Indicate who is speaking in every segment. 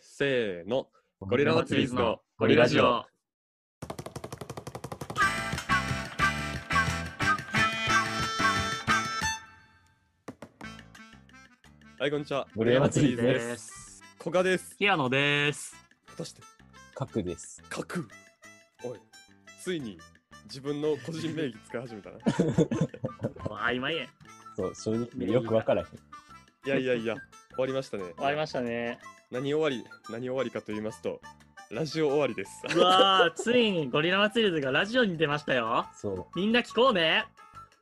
Speaker 1: せーの。ゴリラマツリーズの
Speaker 2: ゴリラジオ。
Speaker 1: はい、こんにちは。
Speaker 3: ゴリラマツリーズ
Speaker 2: で。
Speaker 3: です
Speaker 1: 古賀です。
Speaker 2: 平野です。
Speaker 1: 果たして、
Speaker 3: 核です。
Speaker 1: 書く。おい、ついに自分の個人名義使い始め たな。
Speaker 2: 曖昧やん。
Speaker 3: そう、正直ねよくわからへん。
Speaker 1: いやいやいや、終わりましたね。
Speaker 2: 終わりましたね。
Speaker 1: 何終わり、何終わりかと言いますと、ラジオ終わりです。
Speaker 2: うわあ、ついにゴリラ祭りズがラジオに出ましたよ。
Speaker 3: そう、
Speaker 2: みんな聞こうね。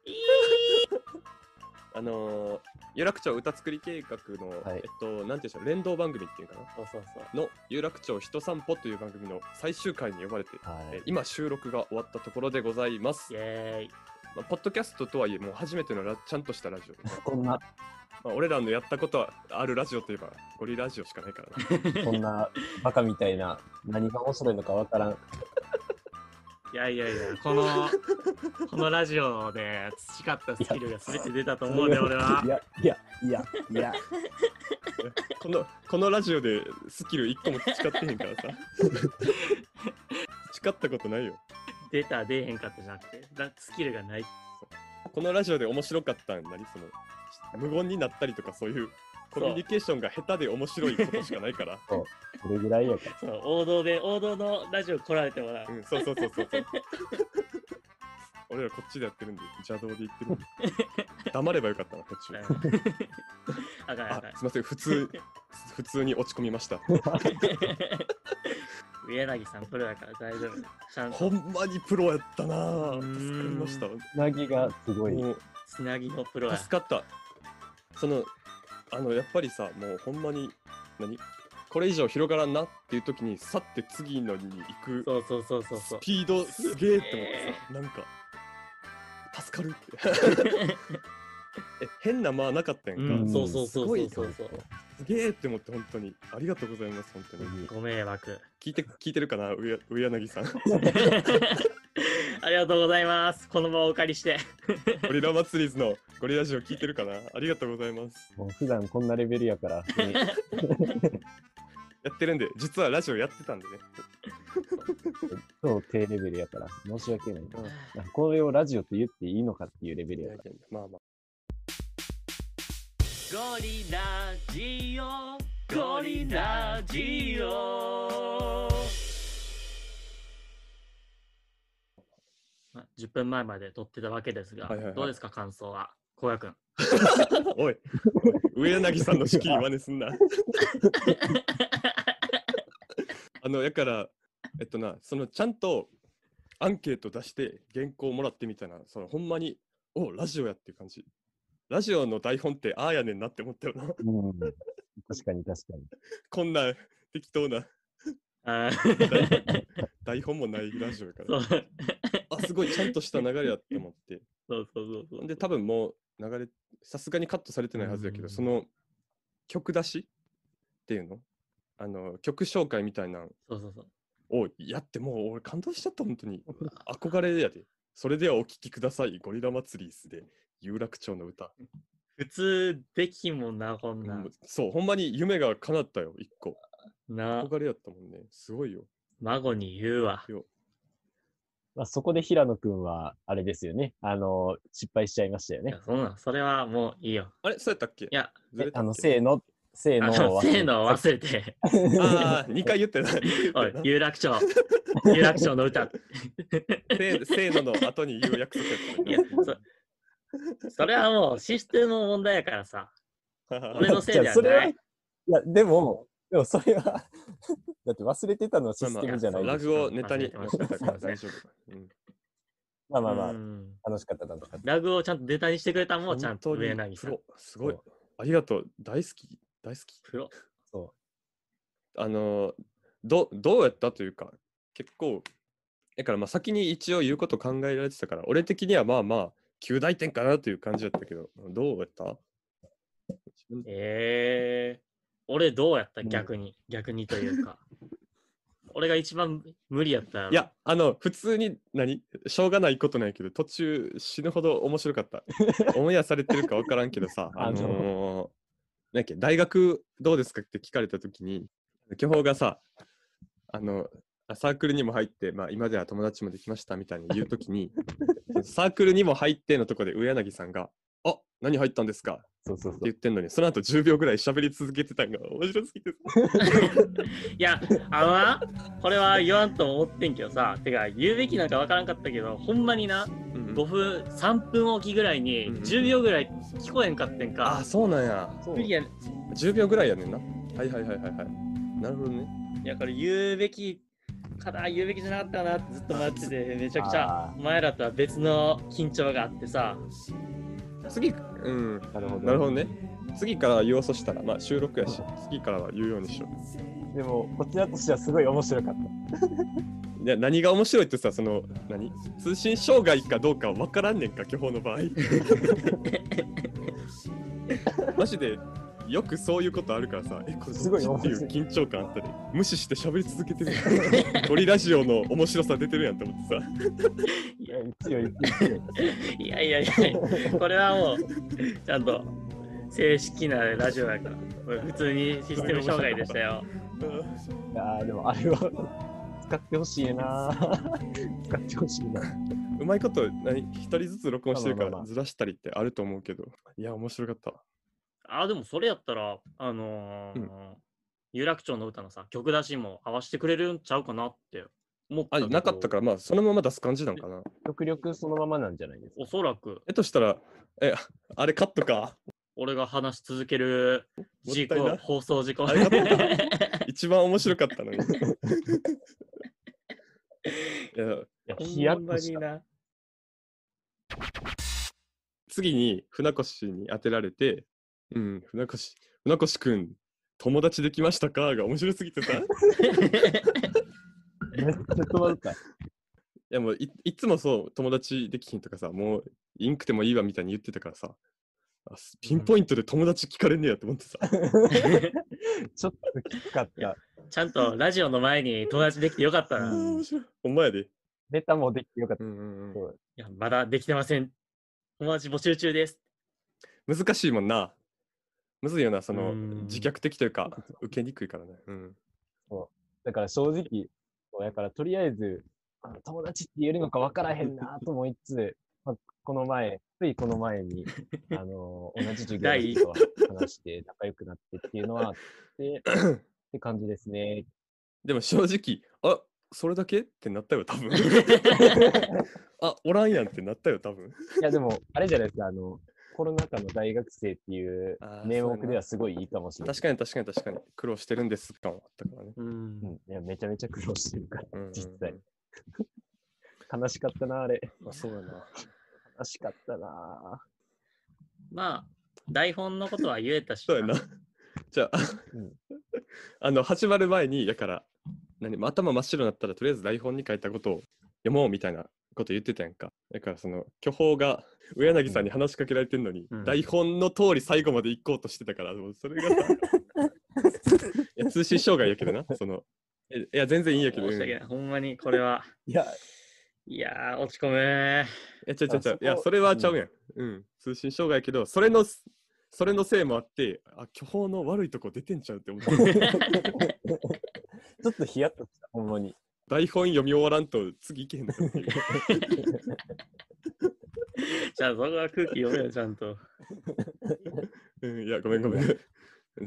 Speaker 1: あのー、有楽町歌作り計画の、
Speaker 3: は
Speaker 1: え
Speaker 3: い
Speaker 1: っと、なんていうんでしょう、連動番組っていうかな。
Speaker 3: そうそうそう。
Speaker 1: の有楽町人散歩という番組の最終回に呼ばれて、
Speaker 3: は
Speaker 1: えー
Speaker 3: い。
Speaker 1: 今収録が終わったところでございます
Speaker 2: イ。ェーイ。
Speaker 1: まあ、ポッドキャストとはいえ、もう初めてのラちゃんとしたラジオ。
Speaker 3: こんな、
Speaker 1: まあ、俺らのやったことはあるラジオといえば、ゴリラジオしかないから な。
Speaker 3: こんなバカみたいな、何が面白いのかわからん。。
Speaker 2: いやいやいや、こ の、このラジオで培ったスキルが全て出たと思うで、俺はい
Speaker 3: や、いや、いや、いや、
Speaker 1: この、このラジオでスキル一個も培ってへんからさ。培ったことないよ。
Speaker 2: 出た、出えへんかったじゃなくて、だスキルがない。
Speaker 1: このラジオで面白かったんなり、その、無言になったりとかそういう、コミュニケーションが下手で面白いことしかない から。
Speaker 3: これぐらいやか
Speaker 2: そう、王道で、王道のラジオ来られて もらう
Speaker 1: う。ん、そうそうそうそうそう。俺らこっちでやってるんで、邪道で言って るんで。黙ればよかったな、途中。
Speaker 2: あかんあ
Speaker 1: あ
Speaker 2: かん、。
Speaker 1: すいません、普通、普通に落ち込みました。
Speaker 2: 上柳さんプロだから大丈夫。ちゃんと
Speaker 1: ほんまにプロやったな
Speaker 2: うー
Speaker 1: ぁ。
Speaker 2: ん
Speaker 1: 助かりました。
Speaker 3: ら。なぎがすごい。
Speaker 1: も
Speaker 2: つなぎのプロ
Speaker 1: う、
Speaker 2: や。
Speaker 1: 助かった。その、あの、やっぱりさ、もうほんまに、何これ以上広がらんなっていう時に、さって次のに行く
Speaker 2: そうそうそうそうそ
Speaker 1: ス
Speaker 2: う。
Speaker 1: ピードすげえって思ってさ、なんか、助かるって。 え、変な間なかったやんか。
Speaker 2: うん、そうそう
Speaker 1: す
Speaker 2: そう
Speaker 1: ご
Speaker 2: そ
Speaker 1: いう
Speaker 2: そうそう。
Speaker 1: すげえって思って、本当に。ありがとうございます、本当に。
Speaker 2: ご迷 惑。
Speaker 1: 聞いて、聞いてるかな、上上柳さん。
Speaker 2: ありがとうございます。この場をお借りして。
Speaker 1: ゴリラ祭りズのゴリラジオ聞いてるかなありがとうございます。
Speaker 3: もう普段こんなレベルやから、
Speaker 1: やってるんで、実はラジオやってたんでね。
Speaker 3: 超低レベルやから、申し訳ない。これをラジオって言っていいのかっていうレベルやか
Speaker 1: まあま
Speaker 2: ゴリラジオ、ゴリラジオ。まあ、10分前まで撮ってたわけですが、
Speaker 1: はいはいはい
Speaker 2: どうですか、感想は。こうやくん。
Speaker 1: あ。おい、おい上柳さんの仕切り真似すん な。あの、やから、えっとな、そのちゃんとアンケート出して原稿もらってみたら、そのほんまに、おラジオやっていう感じ。ラジオの台本ってああやねんなって思ったよな。
Speaker 3: ら。うん。確かに確かに。
Speaker 1: こんな適当な
Speaker 2: あ
Speaker 1: 台
Speaker 2: ー
Speaker 1: 本台本もないラジオやか
Speaker 2: そ
Speaker 1: ら
Speaker 2: う。そう
Speaker 1: あすごいちゃんとした流れやって思って
Speaker 2: そうそうそう。
Speaker 1: で、多分もう流れ、さすがにカットされてないはずだけ
Speaker 2: うん
Speaker 1: ど、その曲出しっていうのあの、曲紹介みたいなん
Speaker 2: そうそうそう。
Speaker 1: をやって、もう俺感動しちゃった、本当に。憧れやで。それではお聴きください、ゴリラ祭りスで、有楽町の歌。
Speaker 2: 普通できんもんな、こんな
Speaker 1: も
Speaker 2: ん
Speaker 1: う。そう、ほんまに夢が叶ったよ、一個。
Speaker 2: な、
Speaker 1: 憧れやったもんね。すごいよ。
Speaker 2: 孫に言うわ。
Speaker 3: まあ、そこで平野くんは、あれですよね。あの、失敗しちゃいましたよ
Speaker 2: い
Speaker 3: ね
Speaker 2: や。、そんなん、それはもういいよ。
Speaker 1: あれそうやったっけ
Speaker 2: いや、
Speaker 1: ずれた
Speaker 3: あ
Speaker 1: っ
Speaker 3: の、
Speaker 1: け
Speaker 3: せーの、せー
Speaker 2: あ
Speaker 3: の
Speaker 2: の、
Speaker 3: を忘
Speaker 2: せ
Speaker 3: れ
Speaker 2: ーのを忘れて、
Speaker 1: ああ、2回言ってない。
Speaker 2: お
Speaker 1: 言
Speaker 2: い
Speaker 1: って、ない
Speaker 2: 有楽町、有楽町の歌。
Speaker 1: せせーのの後に言う約束やった
Speaker 2: いや、 そそれはもうシステムの問題やからさ。
Speaker 1: な
Speaker 2: 俺のせいで
Speaker 3: や
Speaker 2: はない
Speaker 3: それはいや、でも、でもそれは、 だって忘れてたのはシ
Speaker 1: まあ
Speaker 3: ス
Speaker 1: ま
Speaker 3: テ
Speaker 1: あ
Speaker 3: ムじゃない
Speaker 2: ま
Speaker 3: で
Speaker 2: あ
Speaker 1: ラ
Speaker 3: すか。
Speaker 1: グをネタに
Speaker 2: 忘れてました
Speaker 1: 大丈夫。うん
Speaker 3: まあまあまあ、
Speaker 2: うん
Speaker 3: 楽しかった、楽しかっ
Speaker 2: ラグをちゃんとデータにしてくれたの もちゃんと
Speaker 1: 本当に
Speaker 2: 上柳さん
Speaker 1: プ。ロすごい
Speaker 3: そ。
Speaker 1: ありがとう。大好き。大好き。
Speaker 2: プロ。
Speaker 3: た。そ
Speaker 1: あのー、どどうやったというか、結構、だからまあ先に一応言うこと考えられてたから、俺的にはまあまあ、旧大点かなという感じだったけど、どうやった自分
Speaker 2: ええ俺どうやった
Speaker 3: うん
Speaker 2: 逆に、逆にというか。俺が一番無理やったやろ
Speaker 1: いや、あの、普通に何、しょうがないことないけど、途中死ぬほど面白か った。オンエアされてるか分 からんけどさ、あ
Speaker 3: あの
Speaker 1: のー、なんやっけ、大学どうですかって聞かれたときに、巨峰がさ、あの、あサークルにも入って、まあ、今では友達もできましたみたいに言うとき に、そのサークルにも入ってのとこで上柳さんが、あ何入ったんですかって
Speaker 3: そうそうそ
Speaker 1: 言ってんのに、その後10秒ぐらい喋り続けてたんが面白すぎて。
Speaker 2: いや、あのな、これは言わんと思ってんけどさ、てか、言うべきなんかわからんかったけど、ほんまにな、
Speaker 1: うん
Speaker 2: 5分、3分おきぐらいに、
Speaker 1: うんうん
Speaker 2: 10秒ぐらい聞こえんかってん
Speaker 1: あ
Speaker 2: か。
Speaker 1: そうなんや。
Speaker 3: う。
Speaker 2: 無理やね
Speaker 1: 10秒ぐらいやねんな。はいはいはいはいはい。なるほどね。
Speaker 2: いや、これ言うべきかな、言うべきじゃなかったかなってずっと待ってて、めちゃくちゃ
Speaker 3: あ、
Speaker 2: お前らとは別の緊張があってさ、
Speaker 1: 次、うん。
Speaker 3: なるほど。
Speaker 1: なるほどね。次から言おうそしたら、まあ収録やし、次からは言うようにしよ
Speaker 3: でも、こちらとしてはすごい面白かった。
Speaker 1: う。いや何が面白いってさ、その、何通信障害かどうかわからんねんか、巨峰の 場合。マジで、よくそういうことあるからさ、え、これ
Speaker 3: すごい
Speaker 1: どっちっていう
Speaker 3: 面
Speaker 1: 緊張感あったり、無視して喋り続けてるやん。鳥ラジオの面白さ出てるやんと思ってさ。
Speaker 3: いや、一応、一応。
Speaker 2: いやいやいや、これはもう、ちゃんと正式なラジオやから、これ普通にシステム障害でしたよ。
Speaker 3: いやーでもあれは使ってほしいなー使ってほしいな。
Speaker 1: うまいこと、何一人ずつ録音してるか
Speaker 3: まあま
Speaker 1: ら
Speaker 3: あまあ
Speaker 1: ずらしたりってあると思うけど。いや、面白かった。
Speaker 2: あ、でもそれやったら、あのー
Speaker 1: うん
Speaker 2: 有楽町の歌のさ、曲出しも合わせてくれるんちゃうかなって思った
Speaker 1: あ、
Speaker 2: けど。。
Speaker 1: なかったからら、まあ、そのまま出す感じなんかな。
Speaker 3: 極力そのままなんじゃないですか。
Speaker 2: おそらく、
Speaker 1: えとしたら、え、あれカットか。
Speaker 2: 俺が話し続ける
Speaker 1: もっ
Speaker 2: 事
Speaker 1: たい
Speaker 2: 故、
Speaker 1: ない
Speaker 2: 放送事故。
Speaker 1: ありがとうな一番面白かったの に。いや
Speaker 3: いや
Speaker 2: ほんまに
Speaker 3: ヒヤッとした。
Speaker 2: な。
Speaker 1: 次に船越に当てられて、うん、船越、船越くん、友達できましたかが面白すぎて さ。い
Speaker 3: めっ ちゃ戸惑った。
Speaker 1: や、もうい、いつもそう、友達できひんとかさ、もう、インクでもいいわみたいに言ってたからさ、あすピンポイントで友達聞かれねえやと思ってさ。
Speaker 3: ちょっときつかった。
Speaker 2: ちゃんとラジオの前に友達できてよかった
Speaker 1: あ
Speaker 2: な。
Speaker 1: ー
Speaker 2: い
Speaker 1: 面白い。お前やで。
Speaker 3: ネタもできてよかった。
Speaker 1: うんうん
Speaker 3: そう
Speaker 2: や、まだできてません。友達募集中です。
Speaker 1: うん、難しいもんな。むずいよな、その
Speaker 2: うん
Speaker 1: 自虐的というか、受けにくいからね。うん。
Speaker 3: だから正直、そうやからとりあえず、あ友達って言えるのか分からへ んなと思いつつ、まあ、この前、ついこの 前に、あのー同じ授業の
Speaker 2: 第一
Speaker 3: 人と話して仲良くなってっていうのはあ って、って感じですね。
Speaker 1: でも正直、あそれだけってなったよ、多 分あおらんやんってなったよ、多分
Speaker 3: いや、でも、あれじゃないですか、あの、コロナ禍の大学生っていう
Speaker 1: あー
Speaker 3: 名
Speaker 1: そうや
Speaker 3: 目
Speaker 1: な
Speaker 3: ではすごいいいかもしれない。
Speaker 1: 確かに確かに確かに。苦労してるんです感はあったからね。
Speaker 2: うん
Speaker 3: うん、いや、めちゃめちゃ苦労してるか
Speaker 1: うんうんうん
Speaker 3: 実際。ら。悲しかったな、あれ。
Speaker 1: まあ、そうやな。
Speaker 3: 悲しかったな。
Speaker 2: まあ、台本のことは言えたし。
Speaker 1: そうやな。じゃあ、
Speaker 3: うん
Speaker 1: あの、始まる前に、だから、何もう頭真っ白になったら、とりあえず台本に書いたことを読もうみたいなこと言ってたやんか。だから、その、巨峰が上柳さんに話しかけられてんのに、
Speaker 2: うん
Speaker 1: 台本の通り最後まで行こうとしてたから、もうそれがさ いや通信障害やけどな、その、えいや、全然いいんやけど、
Speaker 2: 申し
Speaker 1: うん
Speaker 2: 訳ない。ほんまにこれは。
Speaker 3: いや、
Speaker 2: いやー、落ち込む。
Speaker 1: いや、ちゃうちゃうちゃう
Speaker 3: あそ。こ
Speaker 1: いや、それはちゃうやん。うん。通信障害やけど、それのす、それのせいもあって、あ、巨峰の悪いとこ出てんちゃうって思って。
Speaker 3: ちょっとヒヤッとした、ほんまに。
Speaker 1: 台本読み終わらんと次行けへんのかっていう
Speaker 2: じゃあ、そこは空気読めよ、ちゃんと。
Speaker 1: うん、いや、ごめんごめん。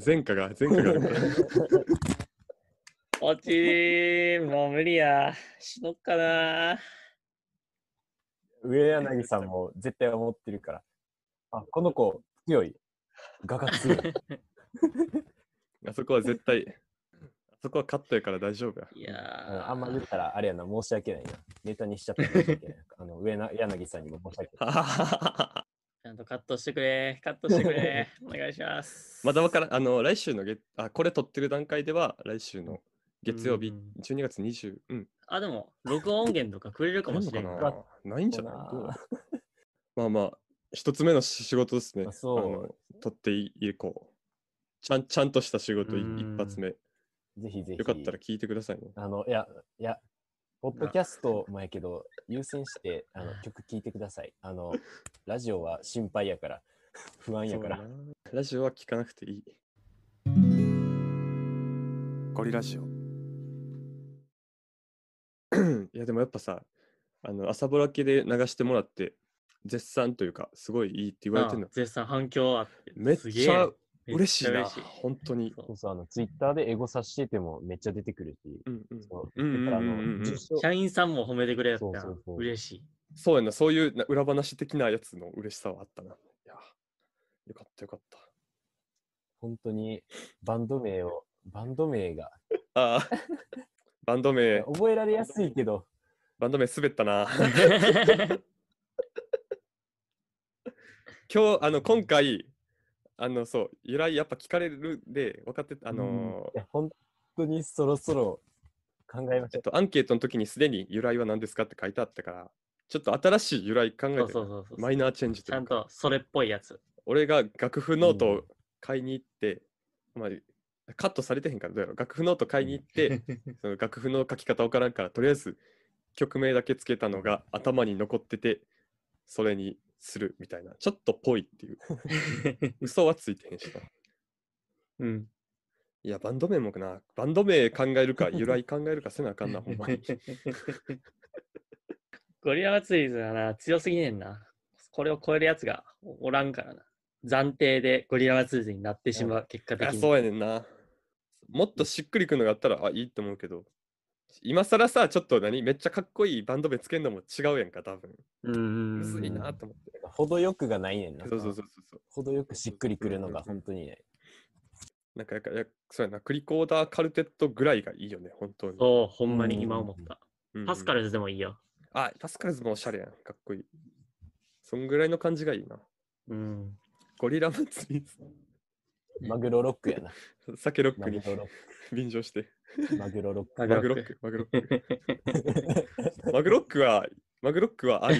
Speaker 1: 前科が、前科があるから。
Speaker 2: 落ちるもう無理や。しのっかな。
Speaker 3: 上柳さんも絶対思ってるから。あ、この子、強い。画が 強い。
Speaker 1: あそこは絶対、あそこはカットやから大丈夫 や。
Speaker 2: いや
Speaker 3: う
Speaker 2: ー
Speaker 3: んあんま言ったら、あれやな、申し訳ないな。ネタにしちゃったら申し 訳ない。あの、上柳さんにも申し訳ない。
Speaker 2: ちゃんとカットしてくれ。カットしてく れ。お願いします。
Speaker 1: まだわからん。あの、来週の月、あ、これ撮ってる段階では、来週の月曜日
Speaker 2: うんうん、
Speaker 1: 12月20、うん。
Speaker 2: あ、でも、録音源とかくれるか
Speaker 1: あ
Speaker 2: も
Speaker 1: ん
Speaker 2: し
Speaker 1: の
Speaker 2: れ
Speaker 1: か
Speaker 2: ん
Speaker 1: なないんじゃない
Speaker 3: そう
Speaker 1: どう
Speaker 3: だな
Speaker 1: まあまあ、一つ目の仕事ですね。
Speaker 3: あそう
Speaker 1: あの取っていいこう。ちゃんちゃんとした仕事い
Speaker 2: うん
Speaker 1: 一発目。
Speaker 3: ぜひぜひ。
Speaker 1: よかったら聞いてくださいね。
Speaker 3: あの、いや、いや、ポッドキャストもやけど、優先してあの曲聴いてください。あの、ラジオは心配やから、 不安やから
Speaker 1: そう。やなラジオは聞かなくていい。ゴリラジオ。 いや、でもやっぱさ、あの、朝ぼら系で流してもらって、絶賛というか、すごいいいって言われてる
Speaker 2: あ
Speaker 1: の
Speaker 2: あ。絶賛反響あって。
Speaker 1: めっ
Speaker 2: すげ
Speaker 1: ちゃ
Speaker 2: え
Speaker 1: 嬉しい
Speaker 2: め
Speaker 1: な、
Speaker 2: っちゃ
Speaker 1: 本当に。
Speaker 2: そう
Speaker 3: そうそう、あの、ツイッターでエゴ察しててもめっちゃ出てくるし、
Speaker 1: うんうん
Speaker 3: そ
Speaker 1: う
Speaker 3: う
Speaker 1: んうん
Speaker 3: だか
Speaker 1: う
Speaker 3: らあ
Speaker 1: んうんうん
Speaker 3: の、受賞
Speaker 2: 社員さんも褒めてくれやった
Speaker 3: そう
Speaker 2: ら
Speaker 3: そうそう
Speaker 2: 嬉しい。
Speaker 1: そうやな、そういうな裏話的なやつの嬉しさはあったな。いや、よかったよかった。
Speaker 3: 本当にバンド名を、バンド名が、
Speaker 1: ああ、バンド名、
Speaker 3: 覚えられやすいけど、
Speaker 1: バンド名滑ったな。今日、あの、今回、あの、そう、由来やっぱ聞かれるで、分かってた、あのー
Speaker 3: いや本当にそろそろ考えまし
Speaker 1: え
Speaker 3: ょ
Speaker 1: っと、アンケートの時にすでに由来は何ですかって書いてあったから、ちょっと新しい由来考えて
Speaker 2: そうそうそうそう。
Speaker 1: マイナーチェンジ
Speaker 2: ち
Speaker 1: とい
Speaker 2: ゃ
Speaker 1: うんか、
Speaker 2: とそれっぽい やつ。
Speaker 1: 俺が楽譜ノート
Speaker 3: う
Speaker 1: を
Speaker 3: ん
Speaker 1: 買いに行って、まあ、カットされてへんからどうやろう、楽譜ノート買いに行って、 その楽譜の書き方わからんから、とりあえず曲名だけつけたのが頭に残ってて、それにするみたいな、ちょっとぽいっていう、嘘はついてへんしな。
Speaker 2: うん。
Speaker 1: いや、バンド名もな、バンド名考えるか、由来考えるかせなあかんな、ほんま に。
Speaker 2: ゴリラはツイズはな、強すぎねんな。これを超えるやつがおらんからな。暫定でゴリラはツイズになってしまう、結果的
Speaker 1: あ
Speaker 2: に。
Speaker 1: そうやねんな。もっとしっくりくるのがあったら、あ、いいと思うけど。今更さ、ちょっと何めっちゃかっこいいバンド名つけんのも違うやんか、多分。
Speaker 2: うんうん
Speaker 1: む
Speaker 2: う
Speaker 1: ず
Speaker 2: ん。
Speaker 1: いなと思って。
Speaker 3: う。程よくがないねんな。
Speaker 1: そうそうそうそう。
Speaker 3: 程よくしっくりくるのが本当にない。
Speaker 1: なんかやっぱ、やそうやな、クリコーダーカルテットぐらいがいいよね、本当に。
Speaker 2: そう、ほんまに今思った。
Speaker 1: うんうん
Speaker 2: パスカルズでもいいよ。
Speaker 1: あ、パスカルズもおしゃれやん。かっこいい。そんぐらいの感じがいいな。
Speaker 2: うん。
Speaker 1: ゴリラ祭り、
Speaker 3: マグロロックやな。
Speaker 1: 酒ロッ
Speaker 3: マ
Speaker 1: ク
Speaker 3: グ
Speaker 1: に
Speaker 3: ロロ
Speaker 1: 便乗して。
Speaker 3: ック。マグロロック。
Speaker 1: マグロック、マグロック。マグロックは、マグロックはあり。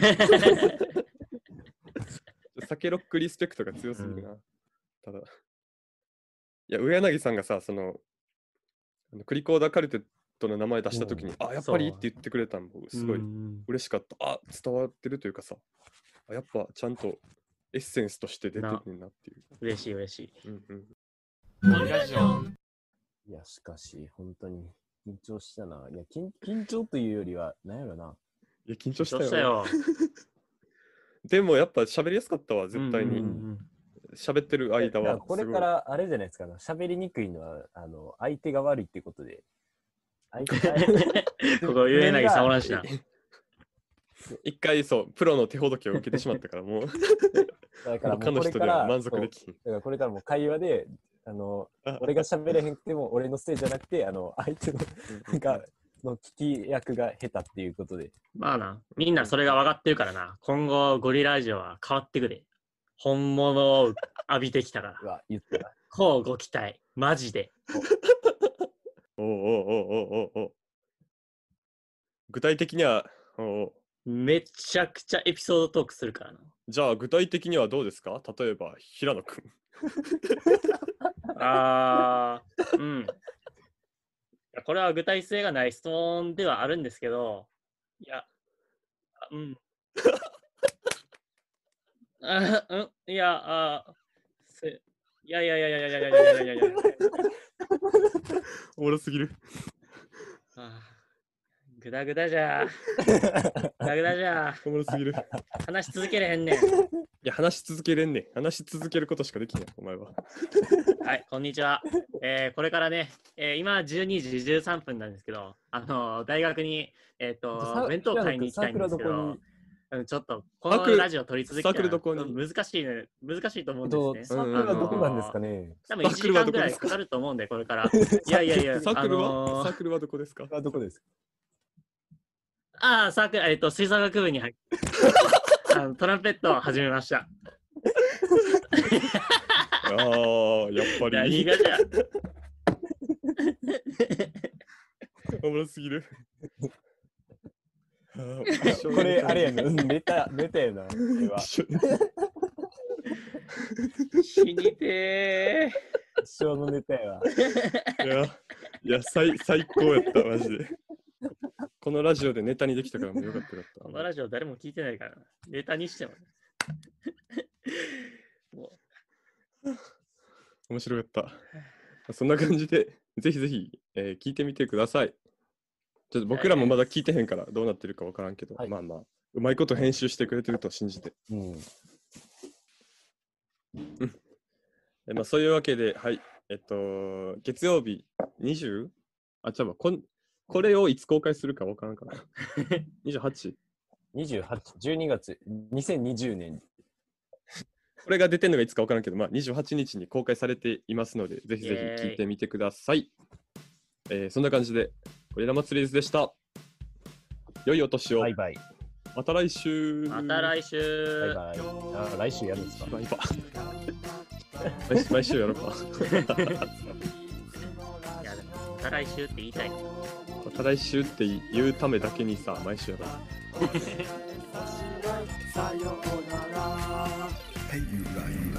Speaker 1: 酒ロックリスペクトが強すぎるな。ただ。いや、上柳さんがさ、その、あのクリコーダーカルテットの名前出したときに、あ、やっぱりって言ってくれたの、すごい
Speaker 2: うん
Speaker 1: 嬉しかった。あ、伝わってるというかさ、あやっぱちゃんとエッセンスとして出てるねんなっていう。
Speaker 2: 嬉しい嬉しい。
Speaker 1: うんうん、
Speaker 3: いや、しかし、本当に緊張したな。いや、緊緊張というよりは、なんやろな。
Speaker 1: いや、緊張した
Speaker 2: ど
Speaker 1: よ
Speaker 2: うしたよ。
Speaker 1: でもやっぱ喋りやすかったわ、絶対
Speaker 2: う
Speaker 1: に
Speaker 2: ん。うんうん
Speaker 1: 喋ってる間
Speaker 3: いや
Speaker 1: は。
Speaker 3: これか。ら、あれじゃないですか、ね、喋りにくいのは、あの、相手が悪いってことで。相手が
Speaker 2: ここ、ゆえなぎさおらんし な。
Speaker 1: 一回そう、プロの手ほどきを受けてしまったから、も う、
Speaker 3: だから
Speaker 1: 他
Speaker 3: も
Speaker 1: の
Speaker 3: うこれ
Speaker 1: 人
Speaker 3: か
Speaker 1: では
Speaker 3: ら、
Speaker 1: 満足で
Speaker 3: そう
Speaker 1: きひん。
Speaker 3: だからこれからも会話で、あの、俺が喋れへんくても、俺のせいじゃなくて、あの、相手の、なんか、の聞き役が下手っていうことで。
Speaker 2: まあな、みんなそれが分かってるからな。今後、ゴリラジオは変わってくれ。本物を浴びてきたから。
Speaker 3: うわ、言ったな。
Speaker 2: こうご期待。マジで。
Speaker 1: おうおうおうおうおうおう具体的には、おうおう
Speaker 2: めちゃくちゃエピソードトークするからな。
Speaker 1: じゃあ具体的にはどうですか例えば、平野くん。
Speaker 2: あー、うん。いやこれは具体性がない質問ではあるんですけど、いや、あうん。あうん、いや、あせいやいやいやいやいやいやいやいやいやいや。
Speaker 1: おもろすぎる。
Speaker 2: あーぐだぐだじゃ。ぐだぐだじゃ。
Speaker 1: おもろすぎる。い
Speaker 2: 話し続けれへんねん。
Speaker 1: や、話し続けれんねん。話し続けることしかできない、お前は。
Speaker 2: はい、こんにちは。えーこれからね、えー今12時13分なんですけど、あのー大学に、えっ、
Speaker 3: さ
Speaker 2: と、弁当買いに行きたいんですけ
Speaker 3: サークルは
Speaker 2: ど
Speaker 3: どこ、
Speaker 2: うんちょっと、こ
Speaker 1: サークル
Speaker 2: のラジオ取り続けた
Speaker 1: サークル
Speaker 2: ら
Speaker 1: どこに
Speaker 2: うん難しいね、難しいと思
Speaker 3: え
Speaker 2: う
Speaker 3: っ
Speaker 2: んです
Speaker 3: と、
Speaker 2: ね。
Speaker 3: サークルはどこなんですかね。
Speaker 2: 多分1時間ぐらいかかると思うんで、これから。 いやいやいや、
Speaker 1: サー
Speaker 2: あ
Speaker 1: クルは、
Speaker 2: の
Speaker 1: サ
Speaker 2: ー
Speaker 1: ークルはどこ ですか
Speaker 3: はどこですか
Speaker 2: あー、サークル、えっ、と、吹奏楽部に入ってあのトランペットを始めました。
Speaker 1: ああ、やっぱ
Speaker 2: 何
Speaker 1: り。
Speaker 2: がじゃ。
Speaker 1: おもろすぎ る。あー一緒
Speaker 3: これ、あれやな。うん、ネタ、ネタやな。これは。
Speaker 1: 一緒
Speaker 2: 死にてー。
Speaker 3: 一生のネタやわ。
Speaker 1: いや、いや最最高やった、マジで。このラジオでネタにできたからもうよかったよかった。
Speaker 2: このラジオ誰も聞いてないからな、ネタにしてもね。も
Speaker 1: 面白かった。そんな感じで、ぜひぜひえー聞いてみてください。ちょっと僕らもまだ聞いてへんからどうなってるかわからんけど、
Speaker 3: はい
Speaker 1: まあまあ、うまいこと編集してくれてると信じて。
Speaker 3: うん。
Speaker 1: えまあ、そういうわけで、はい、えっと、月曜日 20? あ、ちゃうわこん、これをいつ公開するかわからん から。28?
Speaker 3: 28、12月、2020年。
Speaker 1: これが出てるのがいつかわからんけど、まあ、28日に公開されていますので、ぜひ
Speaker 2: イエ
Speaker 1: ぜ
Speaker 2: ー
Speaker 1: ひ
Speaker 2: イ
Speaker 1: 聞いてみてください。えーそんな感じで、ゴリラ祭りーズでした。良いお年を。
Speaker 3: バイバイ。
Speaker 1: また来週。
Speaker 2: また来
Speaker 3: バイ
Speaker 2: 週。
Speaker 3: バイ。あ来週やるんですか
Speaker 1: バイバイ。 毎週毎週やろうか。
Speaker 2: いやでもまた来週って言いたい。
Speaker 1: また来週って言うためだけにさ、毎週やろう。
Speaker 4: Hey, you lion.